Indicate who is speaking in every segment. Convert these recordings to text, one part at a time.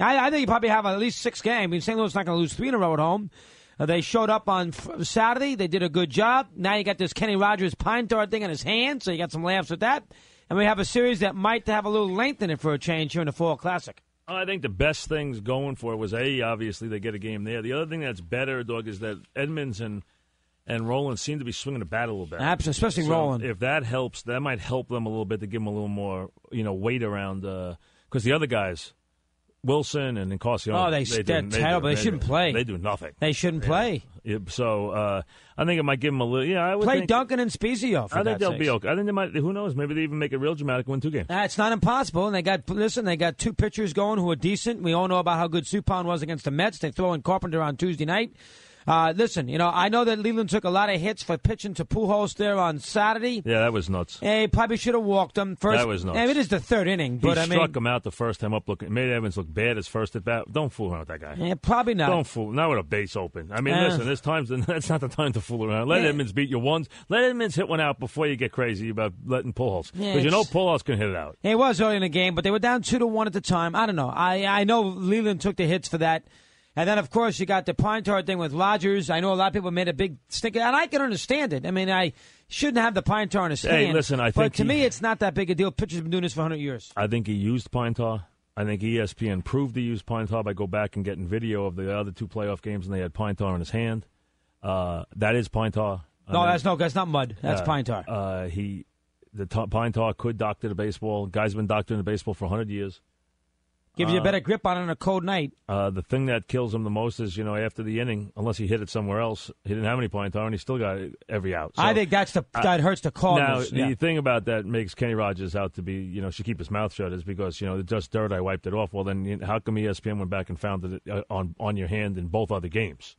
Speaker 1: I, I think you probably have at least six games. I mean, St. Louis not going to lose three in a row at home. Uh, they showed up on f- Saturday. They did a good job. Now you got this Kenny Rogers pine tar thing in his hand, so you got some laughs with that. And we have a series that might have a little length in it for a change here in the Fall Classic.
Speaker 2: I think the best things going for it was a obviously they get a game there. The other thing that's better, dog, is that Edmonds and and Roland seem to be swinging the bat a little bit.
Speaker 1: Abs- especially Roland.
Speaker 2: If that helps, that might help them a little bit to give them a little more you know weight around because the other guys, Wilson and Encarnacion,
Speaker 1: Oh, they-
Speaker 2: do-
Speaker 1: they're terrible. They shouldn't
Speaker 2: do-
Speaker 1: play.
Speaker 2: They do nothing.
Speaker 1: They shouldn't play.
Speaker 2: Yeah, so uh, I think it might give them a little. Yeah, I would
Speaker 1: Play
Speaker 2: think,
Speaker 1: Duncan and Spezio. For
Speaker 2: I think
Speaker 1: God's
Speaker 2: they'll
Speaker 1: sakes.
Speaker 2: be okay. I think they might. Who knows? Maybe they even make it real dramatic. Win two games.
Speaker 1: Uh, it's not impossible. And they got listen, they got two pitchers going who are decent. We all know about how good Supon was against the Mets. They throw in Carpenter on Tuesday night. Uh, listen, you know, I know that Leland took a lot of hits for pitching to Pujols there on Saturday.
Speaker 2: Yeah, that was nuts.
Speaker 1: Hey, Eh, probably should have walked him first.
Speaker 2: That was nuts.
Speaker 1: I mean, it is the third inning,
Speaker 2: He
Speaker 1: but I
Speaker 2: struck
Speaker 1: mean,
Speaker 2: him out the first time up. Looking made Evans look bad his first at bat. Don't fool around with that guy.
Speaker 1: eh, probably not.
Speaker 2: Don't fool. Not with a base open. I mean,
Speaker 1: Uh.
Speaker 2: listen. This times that's not the time to fool around. Let
Speaker 1: Yeah.
Speaker 2: Edmonds beat your ones. Let Edmonds hit one out before you get crazy about letting Pujols because
Speaker 1: Yeah,
Speaker 2: you know
Speaker 1: it's-
Speaker 2: Pujols can hit it out.
Speaker 1: It was early in the game, but they were down two to one at the time. I don't know. I I know Leland took the hits for that, and then of course you got the pine tar thing with Rogers. I know a lot of people made a big stink, and I can understand it. I mean, I shouldn't have the pine tar in a stand.
Speaker 2: listen, I
Speaker 1: but
Speaker 2: think
Speaker 1: to
Speaker 2: he-
Speaker 1: me it's not that big a deal. Pitchers have been doing this for hundred years.
Speaker 2: I think he used pine tar. I think E ESPN proved he used pine tar by go back and getting video of the other two playoff games and they had pine tar in his hand. Uh, that is pine tar. I
Speaker 1: No,
Speaker 2: mean,
Speaker 1: that's no, that's not mud. That's
Speaker 2: uh,
Speaker 1: pine tar.
Speaker 2: Uh, he, the t- pine tar could doctor the baseball. Guy's been doctoring the baseball for 100 years.
Speaker 1: Gives you a better grip on it on a cold night.
Speaker 2: Uh, the thing that kills him the most is, you know, after the inning, unless he hit it somewhere else, he didn't have any pine tar and he still got every out. So uh,
Speaker 1: I think that's the that hurts the call.
Speaker 2: now
Speaker 1: most.
Speaker 2: the
Speaker 1: Yeah.
Speaker 2: thing about that makes Kenny Rogers out to be, you know, should keep his mouth shut is because you know the dust dirt I wiped it off. Well, then you know, how come E ESPN went back and found it uh, on on your hand in both other games?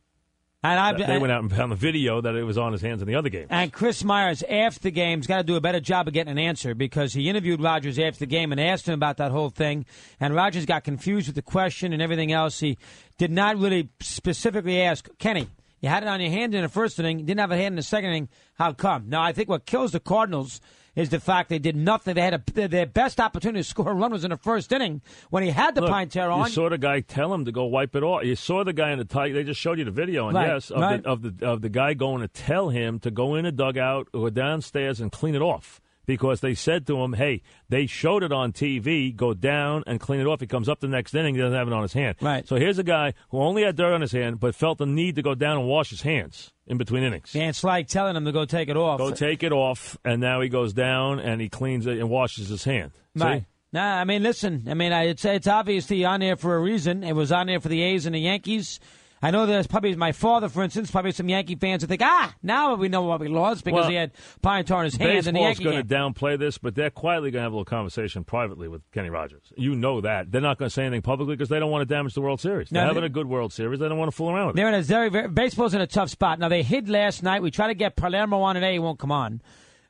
Speaker 1: and I've,
Speaker 2: They went out and found the video that it was on his hands in the other game.
Speaker 1: And Chris Myers, after the game, has got to do a better job of getting an answer because he interviewed Rogers after the game and asked him about that whole thing. And Rogers got confused with the question and everything else. He did not really specifically ask, Kenny, you had it on your hand in the first inning, you didn't have a hand in the second inning. How come? Now, I think what kills the Cardinals is the fact they did nothing. They had a, their- their best opportunity to score a run was in the first inning when he had the
Speaker 2: Look,
Speaker 1: pine tear
Speaker 2: you
Speaker 1: on.
Speaker 2: saw the guy tell him to go wipe it off. You saw the guy in the tight. They just showed you the video, and
Speaker 1: Right,
Speaker 2: yes, of,
Speaker 1: right.
Speaker 2: The, of the of the guy going to tell him to go in a dugout or downstairs and clean it off because they said to him, "Hey, they showed it on TV. Go down and clean it off." He comes up the next inning, he doesn't have it on his hand.
Speaker 1: Right.
Speaker 2: So here's a guy who only had dirt on his hand, but felt the need to go down and wash his hands in between innings.
Speaker 1: and it's like telling him to go take it off.
Speaker 2: Go take it off, and now he goes down and he cleans it and washes his hand. See?
Speaker 1: Right. Nah, I mean, listen. I mean, I, it's it's obviously on there for a reason. It was on there for the A's and the Yankees. I know there's probably my father, for instance, probably some Yankee fans that think, ah, now we know why we lost because
Speaker 2: Well,
Speaker 1: he had pine tar in his hand in the
Speaker 2: Baseball's
Speaker 1: Yankee
Speaker 2: going to
Speaker 1: game.
Speaker 2: downplay this, but they're quietly going to have a little conversation privately with Kenny Rogers. You know that they're not going to say anything publicly because they don't want to damage the World Series. They're
Speaker 1: No,
Speaker 2: having
Speaker 1: they-
Speaker 2: a good World Series. They don't want to fool around with it.
Speaker 1: They're in a very, very baseball's in a tough spot. Now they hid last night. We tried to get Palermo on today. He won't come on.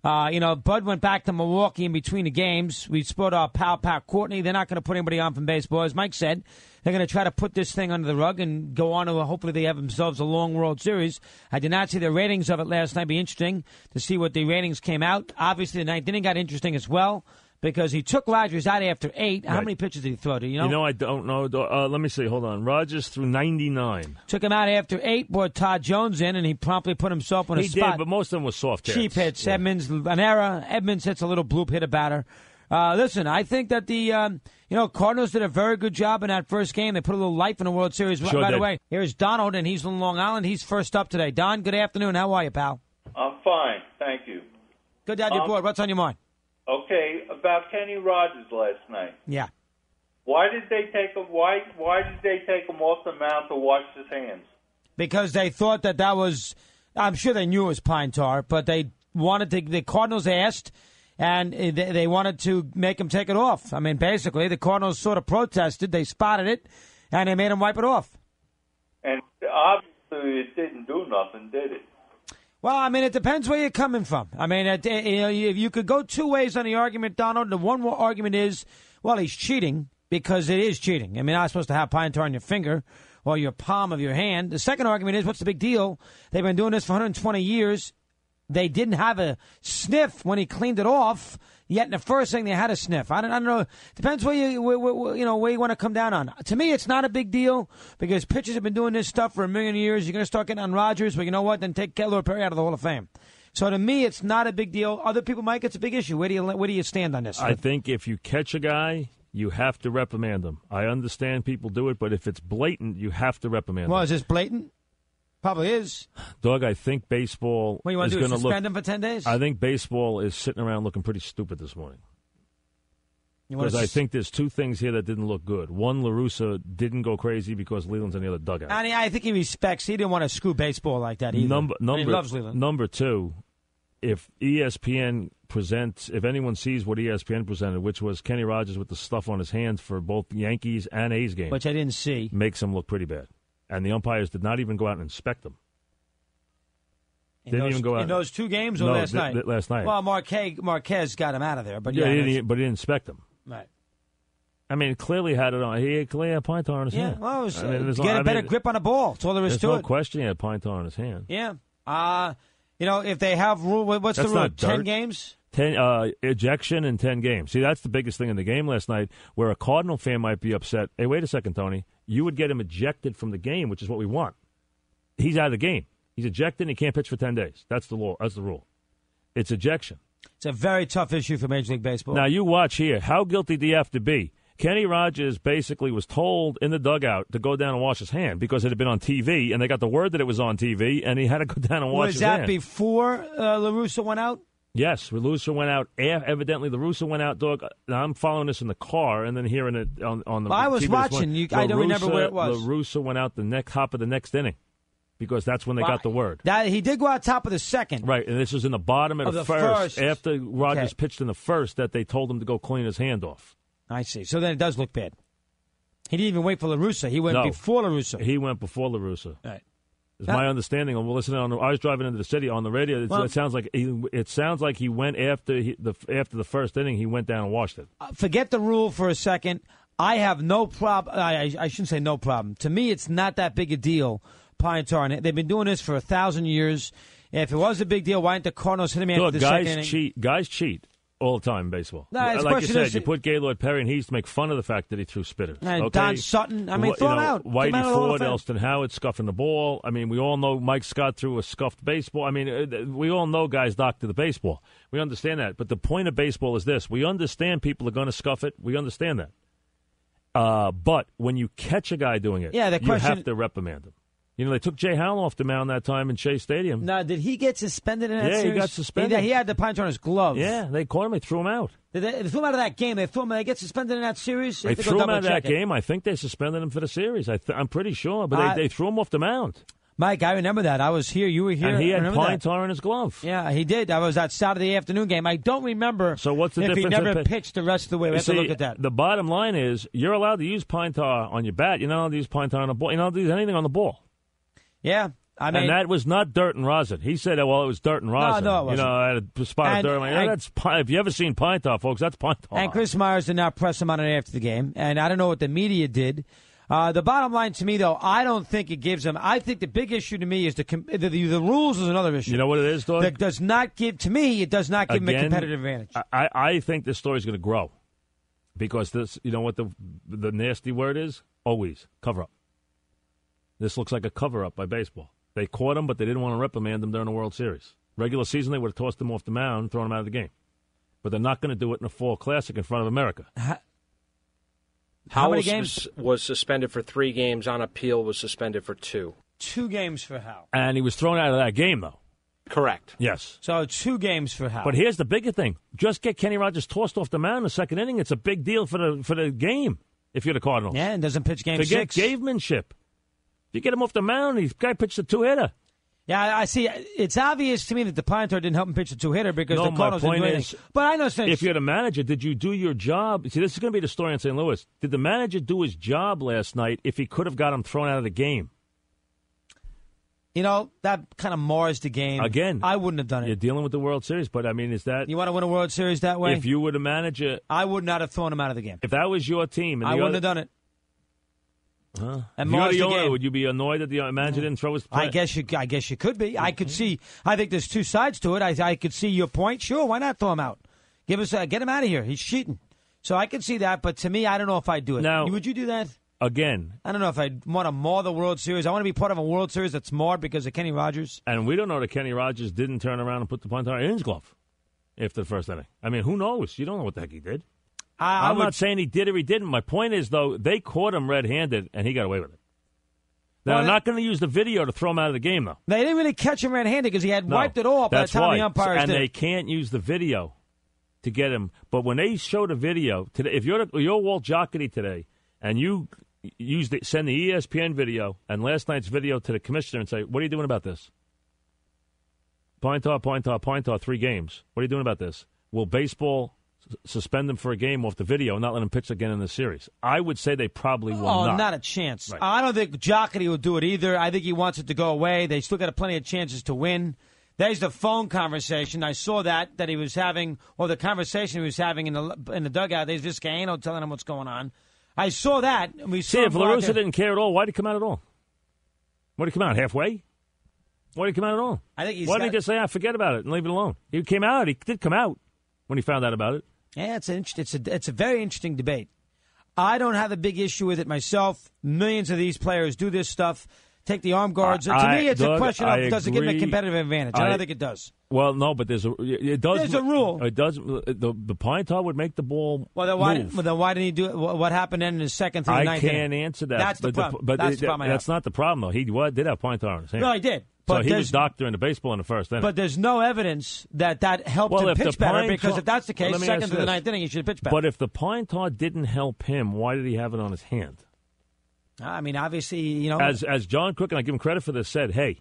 Speaker 1: Uh, you know, Bud went back to Milwaukee in between the games. We spoke to our pal Pat Courtney. They're not going to put anybody on from baseball, as Mike said. They're going to try to put this thing under the rug and go on to hopefully they have themselves a long World Series. I did not see the ratings of it last night. Be interesting to see what the ratings came out. Obviously, the ninth inning got interesting as well because he took Rogers out after eight. How
Speaker 2: Right.
Speaker 1: many pitches did he throw? Do you know?
Speaker 2: You know, I don't know. Uh, let me see. Hold on. Rogers threw 99.
Speaker 1: Took him out after eight, brought Todd Jones in, and he promptly put himself on a
Speaker 2: he
Speaker 1: spot.
Speaker 2: did, but most of them were soft hits.
Speaker 1: Cheap hits.
Speaker 2: Yeah.
Speaker 1: Edmonds, an error. Edmonds hits a little bloop hit a batter. Uh, listen, I think that the um, you know Cardinals did a very good job in that first game. They put a little life in the World Series.
Speaker 2: Sure
Speaker 1: By the
Speaker 2: did.
Speaker 1: way, here's Donald, and he's from Long Island. He's first up today. Don, good afternoon. How are you, pal?
Speaker 3: I'm fine, thank you.
Speaker 1: Good to have you
Speaker 2: Uh,
Speaker 3: Um,
Speaker 1: aboard. What's on your mind?
Speaker 3: Okay, about Kenny Rogers last night.
Speaker 1: Yeah.
Speaker 3: Why did they take him? Why why did they take him off the mound to wash his hands?
Speaker 1: because they thought that that was i'm sure they knew it was pine tar but they wanted to the cardinals asked and they, they wanted to make him take it off i mean basically the cardinals sort of protested they spotted it and they made him wipe it off.
Speaker 3: And obviously, it didn't do nothing, did it?
Speaker 1: Well, I mean, it depends where you're coming from. I mean, it, it- you know, you- you could go two ways on the argument, Donald. The one more argument is, well, he's cheating because it is cheating. I mean, you're not supposed to have pine tar on your finger or your palm of your hand. The second argument is, what's the big deal? They've been doing this for 120 years. They didn't have a sniff when he cleaned it off. Yet in the first thing they had a sniff. I don't, I don't know. Depends where you where, where- where, you know where you want to come down on. To me, it's not a big deal because pitchers have been doing this stuff for a million years. You're going to start getting on Rogers, but you know what? Then take Keller or Perry out of the Hall of Fame. So to me, it's not a big deal. Other people might. It's a big issue. Where do you where do you stand on this?
Speaker 2: I think if you catch a guy, you have to reprimand him. I understand people do it, but if it's blatant, you have to reprimand
Speaker 1: well,
Speaker 2: him.
Speaker 1: is this blatant? Probably is.
Speaker 2: Doug, I think baseball
Speaker 1: What do you want
Speaker 2: is
Speaker 1: to do?
Speaker 2: going to
Speaker 1: Suspend
Speaker 2: look.
Speaker 1: him for ten days?
Speaker 2: I think baseball is sitting around looking pretty stupid this morning
Speaker 1: You wanna
Speaker 2: because I
Speaker 1: sus-
Speaker 2: think there's two things here that didn't look good. One, Larusa didn't go crazy because Leland's in the other dugout.
Speaker 1: I, mean, I think he respects. He didn't want to screw baseball like that either.
Speaker 2: Number
Speaker 1: And
Speaker 2: number
Speaker 1: he loves Leland.
Speaker 2: number two, if E ESPN presents, if anyone sees what E ESPN presented, which was Kenny Rogers with the stuff on his hands for both Yankees and A's games,
Speaker 1: which I didn't see.
Speaker 2: makes him look pretty bad. And the umpires did not even go out and inspect them.
Speaker 1: In
Speaker 2: Didn't
Speaker 1: those,
Speaker 2: even go out.
Speaker 1: in those two games or
Speaker 2: No,
Speaker 1: last
Speaker 2: th-
Speaker 1: night.
Speaker 2: th- last night.
Speaker 1: Well, Marquez, Marquez got him out of there, but
Speaker 2: Yeah,
Speaker 1: yeah,
Speaker 2: he
Speaker 1: that's-
Speaker 2: didn't, e, but he didn't inspect them.
Speaker 1: right.
Speaker 2: I mean, clearly had it on. He had clearly had pine tar on his
Speaker 1: Yeah,
Speaker 2: hand.
Speaker 1: well, it was,
Speaker 2: I mean,
Speaker 1: uh,
Speaker 2: there's no-
Speaker 1: get
Speaker 2: I
Speaker 1: a better
Speaker 2: mean,
Speaker 1: grip on the ball. That's all there is
Speaker 2: There's
Speaker 1: to
Speaker 2: no
Speaker 1: it.
Speaker 2: question he had pine tar on his hand.
Speaker 1: Yeah. Uh, you know, if they have rule, what- what's
Speaker 2: That's
Speaker 1: the rule?
Speaker 2: not
Speaker 1: Ten
Speaker 2: dirt.
Speaker 1: games.
Speaker 2: Ten uh, ejection in ten games. See, that's the biggest thing in the game last night, where a Cardinal fan might be upset. Hey, wait a second, Tony. You would get him ejected from the game, which is what we want. He's out of the game. He's ejected. and He can't pitch for ten days. That's the law. That's the rule. It's ejection.
Speaker 1: It's a very tough issue for Major League Baseball.
Speaker 2: Now you watch here. How guilty do you have to be? Kenny Rogers basically was told in the dugout to go down and wash his hand because it had been on TV, and they got the word that it was on TV, and he had to go down and wash
Speaker 1: was
Speaker 2: his
Speaker 1: that
Speaker 2: hand.
Speaker 1: before uh, Larusa went out?
Speaker 2: yes, Larusa went out. eh, Evidently, Larusa went out. Dog. Now, I'm following this in the car, and then hearing it on on the.
Speaker 1: Well, I was
Speaker 2: TV this
Speaker 1: watching.
Speaker 2: morning.
Speaker 1: You- I don't remember
Speaker 2: LaRussa-
Speaker 1: where it was.
Speaker 2: Larusa went out the next top of the next inning because that's when they
Speaker 1: Well,
Speaker 2: got the word.
Speaker 1: That he did go out top of the second.
Speaker 2: Right, and this was in the bottom of,
Speaker 1: Of the
Speaker 2: first,
Speaker 1: first.
Speaker 2: after Rogers
Speaker 1: Okay.
Speaker 2: pitched in the first that they told him to go clean his hand off.
Speaker 1: I see. So then it does look bad. He didn't even wait for Larusa. He went
Speaker 2: No.
Speaker 1: before Larusa.
Speaker 2: He went before Larusa.
Speaker 1: All right.
Speaker 2: It's
Speaker 1: Now-
Speaker 2: my understanding. And we're listening on. The, I was driving into the city on the radio. It's,
Speaker 1: Well-
Speaker 2: it sounds like he, it sounds like he went after he, the after the first inning. He went down and washed it.
Speaker 1: Uh, forget the rule for a second. I have no problem. I, I, I shouldn't say no problem. To me, it's not that big a deal. Pine tar. And they've been doing this for a thousand years. If it was a big deal, why didn't the Cardinals hit him after
Speaker 2: Look,
Speaker 1: the
Speaker 2: guys
Speaker 1: second inning?
Speaker 2: cheat. Guys cheat all the time in baseball.
Speaker 1: No, it's
Speaker 2: like you
Speaker 1: question
Speaker 2: said,
Speaker 1: is-
Speaker 2: you put Gaylord Perry, and he used to make fun of the fact that he threw spitters.
Speaker 1: And
Speaker 2: okay?
Speaker 1: Don Sutton, I mean,
Speaker 2: Wh-
Speaker 1: throw
Speaker 2: you
Speaker 1: him
Speaker 2: know,
Speaker 1: out. Get him out
Speaker 2: Whitey
Speaker 1: of the Hall of
Speaker 2: Ford,
Speaker 1: Fame.
Speaker 2: Elston Howard scuffing the ball. I mean, we all know Mike Scott threw a scuffed baseball. I mean, uh, we all know guys doctor the baseball. We understand that. But the point of baseball is this: we understand people are going to scuff it. We understand that. Uh, but when you catch a guy doing it,
Speaker 1: Yeah, the
Speaker 2: you
Speaker 1: question-
Speaker 2: have to reprimand him. You know, they took Jay Howell off the mound that time in Shea Stadium.
Speaker 1: Now, did he get suspended in that
Speaker 2: Yeah, he
Speaker 1: series?
Speaker 2: got suspended.
Speaker 1: He, he had the pine tar on his glove.
Speaker 2: Yeah, they caught him. They threw him out.
Speaker 1: Did They, they threw him out of that game. They threw him. They get suspended in that series. You
Speaker 2: They
Speaker 1: have to go
Speaker 2: threw him out of
Speaker 1: double-check
Speaker 2: that
Speaker 1: it.
Speaker 2: game. I think they suspended him for the series. I th- I'm pretty sure, but they,
Speaker 1: I-
Speaker 2: they threw him off the mound,
Speaker 1: Mike, I remember that. I was here. You were here.
Speaker 2: and he
Speaker 1: I
Speaker 2: had
Speaker 1: remember
Speaker 2: pine
Speaker 1: that.
Speaker 2: tar in his glove.
Speaker 1: Yeah, he did. I was that Saturday afternoon game. I don't remember.
Speaker 2: So what's the
Speaker 1: if
Speaker 2: difference
Speaker 1: he
Speaker 2: in
Speaker 1: never
Speaker 2: pitch-
Speaker 1: pitched the rest of the way? We
Speaker 2: You
Speaker 1: have to
Speaker 2: see,
Speaker 1: look at that.
Speaker 2: The bottom line is you're allowed to use pine tar on your bat. You're not allowed to use pine tar on the ball. You're not allowed to use anything on the ball.
Speaker 1: yeah, I mean
Speaker 2: and that was not dirt and rosin. He said, "Oh, well, it was dirt and rosin."
Speaker 1: no, it
Speaker 2: You know, I had a spot
Speaker 1: And-
Speaker 2: of dirt. I'm like, yeah,
Speaker 1: and-
Speaker 2: that's pine. If you ever seen pine tar, folks, that's pine tar.
Speaker 1: And Chris Myers did not press him on it after the game. And I don't know what the media did. Uh, the bottom line to me, though, I don't think it gives them. I think the big issue to me is the com- the, the, the rules is another issue.
Speaker 2: you know what it is, dog?
Speaker 1: that does not give to me. It does not give them a
Speaker 2: Again,
Speaker 1: competitive advantage.
Speaker 2: I- I, I think this story's going to grow because this, you know what the the nasty word is? Always cover up. This looks like a cover up by baseball. They caught him, but they didn't want to reprimand him during the World Series. Regular season, they would have tossed him off the mound, thrown him out of the game. But they're not going to do it in a fall classic in front of America.
Speaker 1: How many
Speaker 4: Howell
Speaker 1: games?
Speaker 4: sus- was suspended for three games. On appeal, was suspended for two.
Speaker 1: two games for Howe.
Speaker 2: And he was thrown out of that game, though.
Speaker 4: Correct.
Speaker 2: Yes.
Speaker 1: So two games for Howe.
Speaker 2: But here's the bigger thing: just get Kenny Rogers tossed off the mound in the second inning. It's a big deal for the for the game if you're the Cardinals.
Speaker 1: yeah, and doesn't pitch game
Speaker 2: to
Speaker 1: six.
Speaker 2: get gavemanship. If you get him off the mound, the guy pitched a two hitter.
Speaker 1: Yeah, I- I see. It's obvious to me that the Pintor didn't help him pitch a two hitter because
Speaker 2: No,
Speaker 1: the
Speaker 2: my
Speaker 1: Cardinals didn't do
Speaker 2: point
Speaker 1: anything.
Speaker 2: is,
Speaker 1: but I know since
Speaker 2: If you're the manager, did you do your job? See, this is going to be the story in St. Louis. Did the manager do his job last night if he could have got him thrown out of the game?
Speaker 1: you know that kind of mars the game
Speaker 2: Again,
Speaker 1: I wouldn't have done
Speaker 2: You're
Speaker 1: it.
Speaker 2: dealing with the World Series, but I mean, is that
Speaker 1: You want to win a World Series that way?
Speaker 2: if you were the manager,
Speaker 1: I would not have thrown him out of the game.
Speaker 2: if that was your team, and
Speaker 1: I
Speaker 2: the
Speaker 1: wouldn't
Speaker 2: other,
Speaker 1: have done it. And
Speaker 2: if you were
Speaker 1: mars
Speaker 2: the
Speaker 1: the
Speaker 2: owner,
Speaker 1: game. Mm.
Speaker 2: would you be annoyed that the manager didn't throw his?
Speaker 1: I guess you. I guess you could be. I
Speaker 2: Mm-hmm.
Speaker 1: could see. I think there's two sides to it. I, I could see your point. Sure, why not throw him out? Give us. Uh, get him out of here. He's cheating. So I could see that. But to me, I don't know if I'd do it.
Speaker 2: Now-
Speaker 1: would you do that?
Speaker 2: again,
Speaker 1: I don't know if I want to mar the World Series. I want to be part of a World Series that's marred because of Kenny Rogers.
Speaker 2: and we don't know that Kenny Rogers didn't turn around and put the punter in his glove after the first inning. I mean, who knows? You don't know what the heck he did.
Speaker 1: I, I
Speaker 2: I'm
Speaker 1: would,
Speaker 2: not saying he did or he didn't. My point is, though, they caught him red-handed, and he got away with it. Now,
Speaker 1: Well,
Speaker 2: I'm
Speaker 1: that-
Speaker 2: not going to use the video to throw him out of the game, though.
Speaker 1: They didn't really catch him red-handed because he had
Speaker 2: No,
Speaker 1: wiped it all by the
Speaker 2: that's
Speaker 1: time
Speaker 2: why.
Speaker 1: the umpires
Speaker 2: and
Speaker 1: did.
Speaker 2: they can't use the video to get him. But when they show the video today, if you're you're Walt Jockety today, and you use the, E send the ESPN video and last night's video to the commissioner and say, "What are you doing about this?" Point off, point off, point off. Three games. What are you doing about this? Will baseball s- suspend him for a game off the video and not let him pitch again in the series? I would say they probably will
Speaker 1: oh,
Speaker 2: not.
Speaker 1: not. a chance.
Speaker 2: Right.
Speaker 1: I don't think Jockety will do it either. I think he wants it to go away. They still got plenty of chances to win. There's the phone conversation. I saw that that he was having, or the conversation he was having in the in the dugout. There's Viscaino telling him what's going on. I saw that. and We
Speaker 2: See,
Speaker 1: saw
Speaker 2: if
Speaker 1: him go out
Speaker 2: LaRusa
Speaker 1: there.
Speaker 2: didn't care at all, why'd he come out at all? Why'd he come out? Halfway? Why'd he come out at all?
Speaker 1: I think he's
Speaker 2: Why didn't
Speaker 1: got-
Speaker 2: he just say, I forget about it and leave it alone? He came out. He did come out when he found out about it.
Speaker 1: Yeah, it's an inter- it's a it's a very interesting debate. I don't have a big issue with it myself. Millions of these players do this stuff. Take the arm guards.
Speaker 2: I-
Speaker 1: to me, it's
Speaker 2: Doug,
Speaker 1: a question
Speaker 2: I
Speaker 1: of does it give them
Speaker 2: agree.
Speaker 1: a competitive advantage? I,
Speaker 2: I-
Speaker 1: don't think it does.
Speaker 2: Well, no, but there's a it does
Speaker 1: There's a rule.
Speaker 2: It does the the pine tar would make the ball.
Speaker 1: Well, then why,
Speaker 2: move.
Speaker 1: well, then why didn't he do it? What what happened then in his second through the
Speaker 2: I
Speaker 1: ninth
Speaker 2: can't
Speaker 1: inning?
Speaker 2: answer that.
Speaker 1: That's the
Speaker 2: but
Speaker 1: problem.
Speaker 2: but
Speaker 1: that's the
Speaker 2: it-
Speaker 1: problem. I
Speaker 2: that's
Speaker 1: have.
Speaker 2: not the problem though. He wa- did have pine tar on his hand.
Speaker 1: No, he did. But
Speaker 2: So he was
Speaker 1: there's-
Speaker 2: doctoring the baseball in the first inning.
Speaker 1: But there's no evidence that that helped
Speaker 2: Well,
Speaker 1: him
Speaker 2: if the
Speaker 1: pitch better
Speaker 2: pine
Speaker 1: because
Speaker 2: tar-
Speaker 1: if that's the
Speaker 2: Well,
Speaker 1: case,
Speaker 2: let me
Speaker 1: second
Speaker 2: ask
Speaker 1: through the
Speaker 2: this.
Speaker 1: ninth inning, he should have pitched better.
Speaker 2: but if the pine tar didn't help him, why did he have it on his hand?
Speaker 1: I mean, obviously, you know,
Speaker 2: as as John Crook and I give him credit for this said, hey,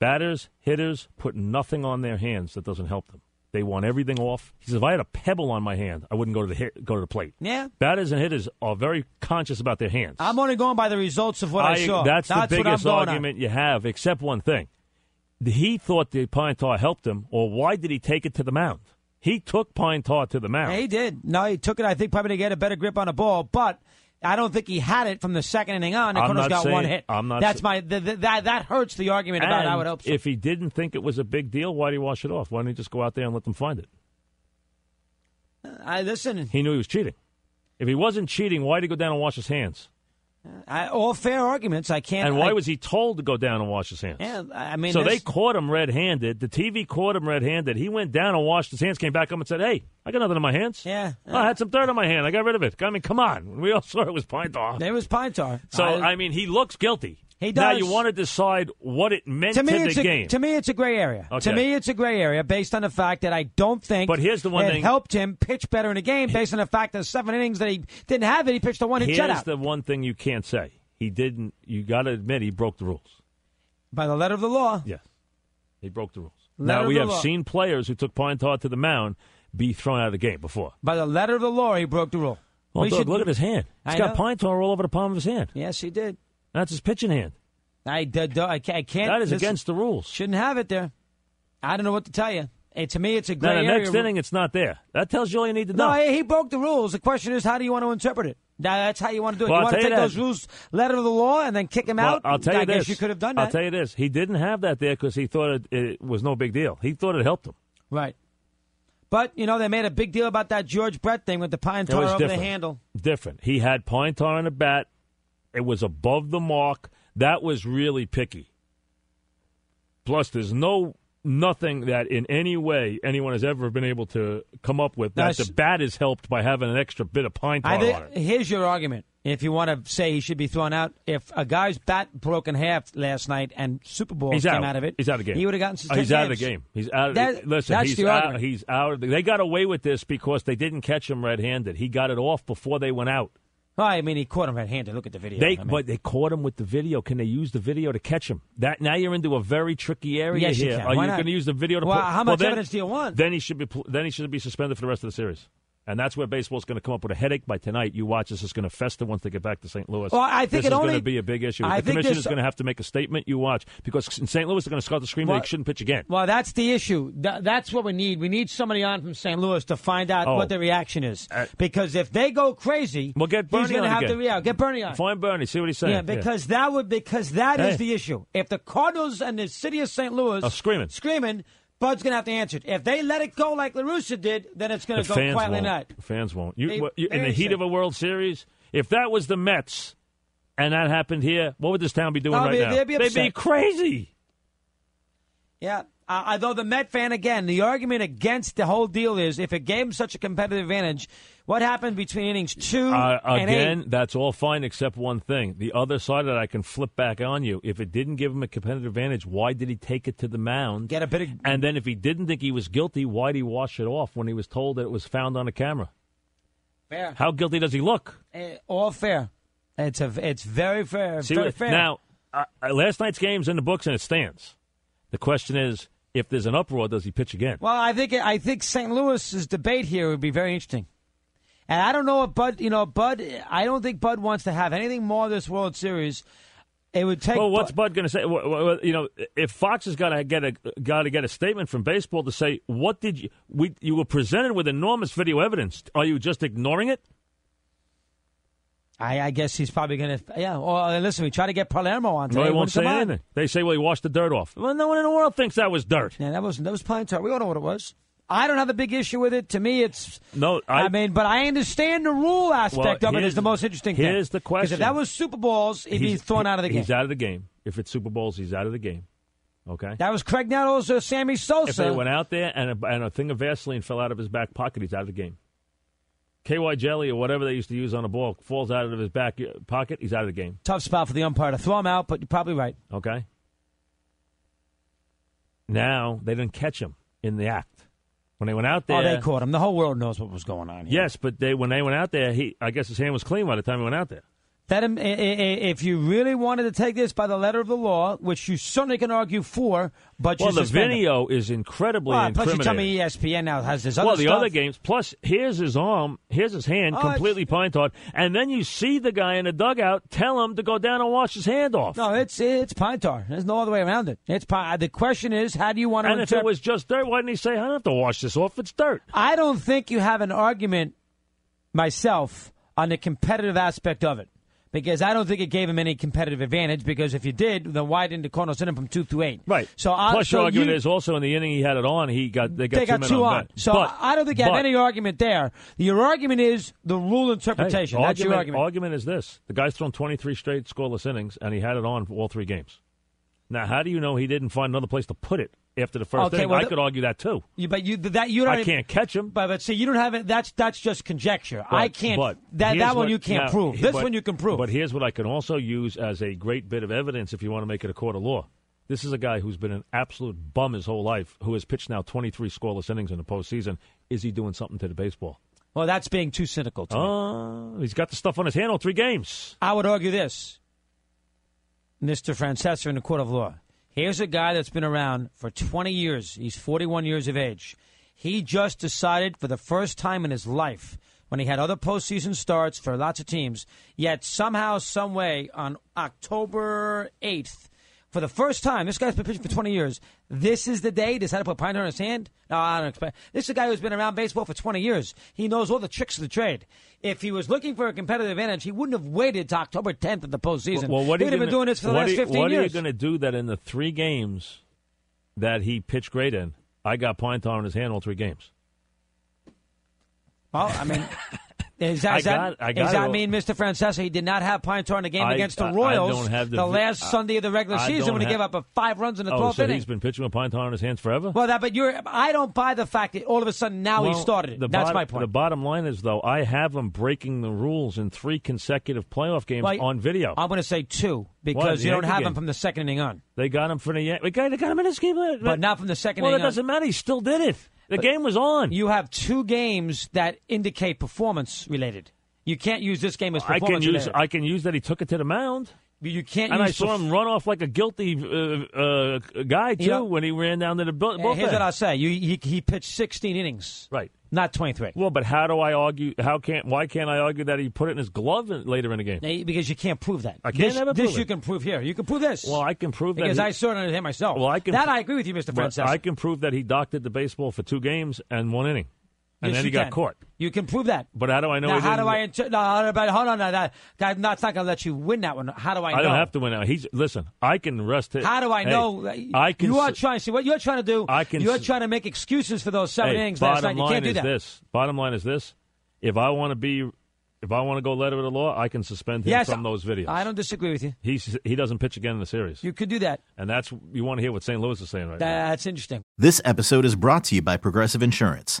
Speaker 2: batters, hitters put nothing on their hands that doesn't help them. They want everything off. He says, if I had a pebble on my hand, I wouldn't go to the hit, go to the plate.
Speaker 1: Yeah.
Speaker 2: batters and hitters are very conscious about their hands.
Speaker 1: I'm only going by the results of what I,
Speaker 2: I-
Speaker 1: saw.
Speaker 2: That's, the
Speaker 1: what I'm
Speaker 2: biggest
Speaker 1: going on.
Speaker 2: argument you have, except one thing. He thought the pine tar helped him, or why did he take it to the mound? He took pine tar to the mound.
Speaker 1: Yeah, he did. No, he took it. I think probably to get a better grip on the ball, but I don't think he had it from the second inning on. The
Speaker 2: I'm
Speaker 1: Cardinals
Speaker 2: not
Speaker 1: got
Speaker 2: saying-
Speaker 1: one hit.
Speaker 2: I'm not
Speaker 1: That's
Speaker 2: sa-
Speaker 1: my th th that that hurts the argument about
Speaker 2: And
Speaker 1: I would hope so.
Speaker 2: If he didn't think it was a big deal, why did he wash it off? Why didn't he just go out there and let them find it?
Speaker 1: I listen.
Speaker 2: He knew he was cheating. If he wasn't cheating, why did he go down and wash his hands?
Speaker 1: I, all fair arguments. I can't.
Speaker 2: And why
Speaker 1: I-
Speaker 2: was he told to go down and wash his hands?
Speaker 1: Yeah, I mean,
Speaker 2: so
Speaker 1: this-
Speaker 2: they caught him red-handed. The TV caught him red-handed. He went down and washed his hands, came back up and said, "Hey, I got nothing on my hands.
Speaker 1: Yeah.
Speaker 2: Oh, I had some dirt on my hand. I got rid of it. I mean, come on, we all saw it was pine tar.
Speaker 1: There was pine tar.
Speaker 2: So I, mean, he looks guilty.
Speaker 1: He
Speaker 2: Now
Speaker 1: does.
Speaker 2: you want to decide what it meant
Speaker 1: to
Speaker 2: to,
Speaker 1: me,
Speaker 2: the
Speaker 1: it's a,
Speaker 2: game.
Speaker 1: to me, it's a gray area.
Speaker 2: Okay.
Speaker 1: To me, it's a gray area based on the fact that I don't think.
Speaker 2: But here's the one
Speaker 1: it
Speaker 2: thing-
Speaker 1: helped him pitch better in the game based on the fact that seven innings that he didn't have it, he pitched a one hit
Speaker 2: Here's
Speaker 1: shutout
Speaker 2: the one thing you can't say. He didn't. You got to admit he broke the rules.
Speaker 1: by the letter of the law.
Speaker 2: Yes. He broke the rules.
Speaker 1: Letter
Speaker 2: now,
Speaker 1: of
Speaker 2: we
Speaker 1: the
Speaker 2: have
Speaker 1: law.
Speaker 2: seen players who took pine tar to the mound be thrown out of the game before.
Speaker 1: By the letter of the law, he broke the rule.
Speaker 2: Well,
Speaker 1: We
Speaker 2: Doug,
Speaker 1: should-
Speaker 2: look at his hand. He's
Speaker 1: I
Speaker 2: got
Speaker 1: know.
Speaker 2: pine tar all over the palm of his hand.
Speaker 1: Yes, he did.
Speaker 2: That's his pitching hand.
Speaker 1: I, d- d- I ca- I can't.
Speaker 2: That is
Speaker 1: listen,
Speaker 2: against the rules.
Speaker 1: Shouldn't have it there. I don't know what to tell you. Eh, to me, it's a
Speaker 2: Now,
Speaker 1: gray
Speaker 2: the
Speaker 1: area.
Speaker 2: next inning, it's not there. That tells you all you need to
Speaker 1: No,
Speaker 2: know.
Speaker 1: he he broke the rules. The question is, how do you want to interpret it? Now, that's how you want to do it.
Speaker 2: Well, I'll
Speaker 1: you want
Speaker 2: tell
Speaker 1: to
Speaker 2: you
Speaker 1: take
Speaker 2: that.
Speaker 1: those rules, letter of the law, and then kick him
Speaker 2: Well,
Speaker 1: out.
Speaker 2: I'll tell
Speaker 1: I
Speaker 2: you
Speaker 1: guess
Speaker 2: this.
Speaker 1: you could have done
Speaker 2: I'll
Speaker 1: that.
Speaker 2: tell you this. He didn't have that there because he thought it, it was no big deal. He thought it helped him.
Speaker 1: Right. But, you know, they made a big deal about that George Brett thing with the pine
Speaker 2: It
Speaker 1: tar
Speaker 2: was
Speaker 1: over
Speaker 2: different.
Speaker 1: the handle.
Speaker 2: Different. He had pine tar on the bat. It was above the mark. That was really picky. Plus, there's no nothing that in any way anyone has ever been able to come up with that
Speaker 1: That's-
Speaker 2: the bat is helped by having an extra bit of pine tar
Speaker 1: I
Speaker 2: on
Speaker 1: think
Speaker 2: it.
Speaker 1: here's your argument. If you want to say he should be thrown out, if a guy's bat broke in half last night and Super Bowl
Speaker 2: He's
Speaker 1: came
Speaker 2: out.
Speaker 1: of it,
Speaker 2: He's out of the game.
Speaker 1: He would have gotten.
Speaker 2: Oh,
Speaker 1: suspended.
Speaker 2: he's out of the game. He's out. Of,
Speaker 1: That-
Speaker 2: listen,
Speaker 1: that's
Speaker 2: he's
Speaker 1: the
Speaker 2: out.
Speaker 1: argument.
Speaker 2: He's out. Of the, they got away with this because they didn't catch him red-handed. He got it off before they went out.
Speaker 1: Well, I mean, he caught him red-handed. Look at the video.
Speaker 2: They,
Speaker 1: I mean,
Speaker 2: but they caught him with the video. Can they use the video to catch him? That now you're into a very tricky area
Speaker 1: Yes, you
Speaker 2: here.
Speaker 1: can.
Speaker 2: Are
Speaker 1: Why
Speaker 2: you
Speaker 1: not?
Speaker 2: going to use the video to?
Speaker 1: Well,
Speaker 2: pull-
Speaker 1: how much
Speaker 2: then-
Speaker 1: evidence do you want?
Speaker 2: Then he should be. pl- Then he should be suspended for the rest of the series. And that's where baseball's going to come up with a headache by tonight. You watch this is going to fester once they get back to St. Louis.
Speaker 1: Well, I think
Speaker 2: this
Speaker 1: it
Speaker 2: is going
Speaker 1: only-
Speaker 2: to be a big issue.
Speaker 1: I
Speaker 2: the
Speaker 1: think
Speaker 2: commissioner's
Speaker 1: this-
Speaker 2: going to have to make a statement. You watch because in St. Louis they're going to start to scream
Speaker 1: Well-
Speaker 2: they shouldn't pitch again.
Speaker 1: well, that's the issue. Th- that's what we need. We need somebody on from St. Louis to find out
Speaker 2: Oh. Uh,
Speaker 1: what the reaction is. because if they go crazy,
Speaker 2: Well, get
Speaker 1: he's
Speaker 2: Bernie
Speaker 1: going to
Speaker 2: on
Speaker 1: have
Speaker 2: again.
Speaker 1: to yeah, get Bernie on.
Speaker 2: Find Bernie. See what he's saying.
Speaker 1: Yeah, because that would because that is
Speaker 2: Hey.
Speaker 1: the issue. If the Cardinals and the city of St. Louis
Speaker 2: Are screaming.
Speaker 1: screaming, Bud's gonna have to answer it. If they let it go like Larusa did, then it's gonna
Speaker 2: The
Speaker 1: go
Speaker 2: fans
Speaker 1: quietly
Speaker 2: won't.
Speaker 1: not.
Speaker 2: Fans won't. You,
Speaker 1: They-
Speaker 2: what- you- in
Speaker 1: they
Speaker 2: the heat
Speaker 1: should.
Speaker 2: of a World Series, if that was the Mets and that happened here, what would this town be doing
Speaker 1: Oh,
Speaker 2: right
Speaker 1: they-
Speaker 2: now?
Speaker 1: they'd be upset.
Speaker 2: crazy.
Speaker 1: Yeah. Uh, although the Met fan again, the argument against the whole deal is if it gave him such a competitive advantage, what happened between innings two
Speaker 2: Uh,
Speaker 1: Mm, and eight?
Speaker 2: again, that's all fine except one thing. The other side of that I can flip back on you. If it didn't give him a competitive advantage, why did he take it to the mound?
Speaker 1: Get a bit of-
Speaker 2: and then if he didn't think he was guilty, why would he wash it off when he was told that it was found on a camera?
Speaker 1: fair,
Speaker 2: How guilty does he look?
Speaker 1: Uh, all fair. It's a it's very fair,
Speaker 2: See
Speaker 1: very
Speaker 2: what-
Speaker 1: fair.
Speaker 2: Now, uh, uh, last night's game's in the books and it stands. The question is, if there's an uproar, does he pitch again?
Speaker 1: Well, I think I think St. Louis's debate here would be very interesting. And I don't know if Bud, you know, Bud. I don't think Bud wants to have anything more of this World Series. It would take.
Speaker 2: Well, what's Bud going to say? Wha- wha- wha- You know, if Fox has got to get a got to get a statement from baseball to say what did you we you were presented with enormous video evidence. Are you just ignoring it?
Speaker 1: I, I guess he's probably going to. Yeah. Or uh, listen, we try to get Palermo on. Today.
Speaker 2: No, he won't
Speaker 1: wouldn't
Speaker 2: say
Speaker 1: come on.
Speaker 2: anything. They say, well, he washed the dirt off. Well, no one in the world thinks that was dirt.
Speaker 1: Yeah, that was that was pine tar. We all know what it was. I don't have a big issue with it. To me, it's
Speaker 2: No, I-
Speaker 1: I, mean, but I understand the rule aspect of it
Speaker 2: here's-
Speaker 1: is the most interesting thing.
Speaker 2: here's the
Speaker 1: 'Cause
Speaker 2: question.
Speaker 1: if that was Super Bowls, he'd be thrown out of the game.
Speaker 2: He's out of the game. If it's Super Bowls, he's out of the game. Okay.
Speaker 1: That was Craig Nettles or Sammy Sosa.
Speaker 2: If they went out there and a, and a thing of Vaseline fell out of his back pocket, he's out of the game. KY jelly or whatever they used to use on a ball falls out of his back uh, pocket, he's out of the game.
Speaker 1: Tough spot for the umpire to throw him out, but you're probably right.
Speaker 2: Okay? Now they didn't catch him in the act. When they went out there.
Speaker 1: Oh, they caught him. The whole world knows what was going on. Here.
Speaker 2: Yes, but they when they went out there, he I guess his hand was clean by the time he went out there.
Speaker 1: That um, i- i- i- if you really wanted to take this by the letter of the law, which you certainly can argue for, but
Speaker 2: Well,
Speaker 1: you
Speaker 2: the
Speaker 1: suspend him.
Speaker 2: video is incredibly
Speaker 1: Well, plus, you
Speaker 2: incriminating.
Speaker 1: tell me E ESPN now has this other
Speaker 2: well, the
Speaker 1: stuff.
Speaker 2: other games. Plus, here's his arm, here's his hand,
Speaker 1: Oh, it's-
Speaker 2: completely pine tarred, and then you see the guy in the dugout tell him to go down and wash his hand off.
Speaker 1: No, it's it's pine tar. There's no other way around it. It's pine. The question is, how do you want to
Speaker 2: and if
Speaker 1: interpret?
Speaker 2: it was just dirt, why didn't he say, "I don't have to wash this off; it's dirt"?
Speaker 1: I don't think you have an argument myself on the competitive aspect of it because I don't think it gave him any competitive advantage. Because if you did, then why didn't the Cardinals send him from two through eight? So I,
Speaker 2: plus
Speaker 1: so
Speaker 2: your argument
Speaker 1: you,
Speaker 2: is also in the inning he had it on. He got they got
Speaker 1: they
Speaker 2: two
Speaker 1: got
Speaker 2: men
Speaker 1: two
Speaker 2: on.
Speaker 1: on.
Speaker 2: bat.
Speaker 1: So
Speaker 2: But-
Speaker 1: I don't think you have
Speaker 2: but-
Speaker 1: any argument there. Your argument is the rule
Speaker 2: Hey,
Speaker 1: interpretation. That's your argument.
Speaker 2: Argument is this: the guy's thrown 23 straight scoreless innings, and he had it on for all three games. Now, how do you know he didn't find another place to put it after the first
Speaker 1: Okay,
Speaker 2: inning?
Speaker 1: well,
Speaker 2: I
Speaker 1: the-
Speaker 2: could argue that too.
Speaker 1: You- but you that you don't.
Speaker 2: I can't catch him.
Speaker 1: But, but see, you don't have it. That's that's just conjecture. I
Speaker 2: But-
Speaker 1: can't.
Speaker 2: but
Speaker 1: that
Speaker 2: here's
Speaker 1: that one
Speaker 2: what-
Speaker 1: you can't
Speaker 2: now,
Speaker 1: prove. This
Speaker 2: but-
Speaker 1: one you can prove.
Speaker 2: But here's what I can also use as a great bit of evidence if you want to make it a court of law. This is a guy who's been an absolute bum his whole life, who has pitched now 23 scoreless innings in the postseason. Is he doing something to the baseball?
Speaker 1: well, that's being too cynical. To me.
Speaker 2: Uh, he's got the stuff on his hand all three games.
Speaker 1: I would argue this, Mr. Francesa, in the court of law. Here's a guy that's been around for 20 years. He's 41 years of age. He just decided for the first time in his life, when he had other postseason starts for lots of teams, yet somehow, some way, on October 8th, for the first time, this guy's been pitching for 20 years. This is the day he decided to put Pine Tar in his hand. No, I don't expect. This is a guy who's been around baseball for 20 years. He knows all the tricks of the trade. If he was looking for a competitive advantage, he wouldn't have waited to October 10th of the postseason.
Speaker 2: Well, what
Speaker 1: he
Speaker 2: are you
Speaker 1: would have been
Speaker 2: gonna-
Speaker 1: doing this for the
Speaker 2: what
Speaker 1: last
Speaker 2: are you-
Speaker 1: 15
Speaker 2: What are you
Speaker 1: years.
Speaker 2: going to do that in the three games that he pitched great in? I got pine tar in his hand all three games.
Speaker 1: Well, I mean. Is that,
Speaker 2: I
Speaker 1: is that-
Speaker 2: got- I got
Speaker 1: does
Speaker 2: it
Speaker 1: that
Speaker 2: all.
Speaker 1: mean Mr. Francesa, he did not have Pine Tar in the game
Speaker 2: I-
Speaker 1: against the
Speaker 2: I- I
Speaker 1: Royals
Speaker 2: don't have the vi-
Speaker 1: last
Speaker 2: I-
Speaker 1: Sunday of the regular
Speaker 2: I
Speaker 1: season
Speaker 2: don't
Speaker 1: when he
Speaker 2: ha-
Speaker 1: gave up a five runs in the 12th
Speaker 2: Oh, so
Speaker 1: inning?
Speaker 2: he's been pitching with pine tar in his hands forever?
Speaker 1: well, that, but you're, I don't buy the fact that all of a sudden now he
Speaker 2: Well,
Speaker 1: started it.
Speaker 2: the
Speaker 1: That's
Speaker 2: bottom-
Speaker 1: my point.
Speaker 2: The bottom line is, though, I have him breaking the rules in three consecutive playoff games
Speaker 1: Well,
Speaker 2: on video.
Speaker 1: I'm going to say two because
Speaker 2: Well, the
Speaker 1: you don't
Speaker 2: Yankee
Speaker 1: have
Speaker 2: game.
Speaker 1: him from the second inning on,
Speaker 2: they got him for the Yan- they got they got him in this game, uh,
Speaker 1: but not from the second
Speaker 2: Well, it
Speaker 1: inning. on.
Speaker 2: doesn't matter. He still did it. The game was on.
Speaker 1: You have two games that indicate performance related. You can't use this game as
Speaker 2: I can
Speaker 1: performance.
Speaker 2: use
Speaker 1: related.
Speaker 2: I can use that he took it to the mound,
Speaker 1: you can't.
Speaker 2: and
Speaker 1: use
Speaker 2: I saw
Speaker 1: perf-
Speaker 2: him run off like a guilty uh, uh, guy too
Speaker 1: You know-
Speaker 2: when he ran down to the bu-
Speaker 1: Uh,
Speaker 2: bullpen.
Speaker 1: here's what I'll say: you, he, he pitched 16 innings,
Speaker 2: right.
Speaker 1: not 23,
Speaker 2: Well, but how do I argue? How can't? Why can't I argue that he put it in his glove in, later in the game?
Speaker 1: Now, because you can't prove that.
Speaker 2: I can't
Speaker 1: This,
Speaker 2: ever
Speaker 1: this
Speaker 2: prove
Speaker 1: you
Speaker 2: it.
Speaker 1: can prove here. You can prove this.
Speaker 2: Well, I can prove that
Speaker 1: because
Speaker 2: he-
Speaker 1: I saw it under him myself.
Speaker 2: Well, I can-
Speaker 1: that I agree with you, Mr.
Speaker 2: But
Speaker 1: Francesa.
Speaker 2: I can prove that he doctored the baseball for two games and one inning, and
Speaker 1: Yes,
Speaker 2: then
Speaker 1: you
Speaker 2: he got
Speaker 1: can.
Speaker 2: caught.
Speaker 1: You can prove that.
Speaker 2: But how do I know?
Speaker 1: now,
Speaker 2: he
Speaker 1: how
Speaker 2: didn't-
Speaker 1: do I? Inter- no, how do I- hold on, no, that guy, no, it's not going to let you win that one. How do I? know?
Speaker 2: I don't have to win out. He's listen. I can rest it.
Speaker 1: How do I
Speaker 2: Hey,
Speaker 1: know?
Speaker 2: I can.
Speaker 1: You are
Speaker 2: s-
Speaker 1: trying. See what you're trying to do.
Speaker 2: I can
Speaker 1: You're
Speaker 2: s-
Speaker 1: trying to make excuses for those seven
Speaker 2: Hey,
Speaker 1: innings last night.
Speaker 2: bottom
Speaker 1: You
Speaker 2: line
Speaker 1: can't do
Speaker 2: is
Speaker 1: that.
Speaker 2: this. Bottom line is this. If I want to be, if I want to go letter of the law, I can suspend him
Speaker 1: yes,
Speaker 2: from those videos.
Speaker 1: I don't disagree with you.
Speaker 2: He's, he doesn't pitch again in the series,
Speaker 1: You could do that.
Speaker 2: and that's you want to hear what St. Louis is saying right now.
Speaker 1: That's interesting.
Speaker 5: This episode is brought to you by Progressive Insurance.